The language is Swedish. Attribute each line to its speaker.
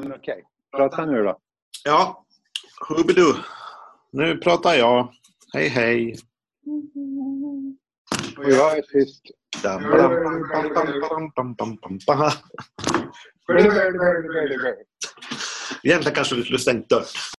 Speaker 1: men okej. Prata nu då.
Speaker 2: Ja, Hubbidu. Nu pratar jag. Hej, hej.
Speaker 1: Och jag är tyst.
Speaker 2: Dam, dam, dam, dam, dam, dam, dam, dam, dam. Egentligen kanske vi skulle stängt dörren.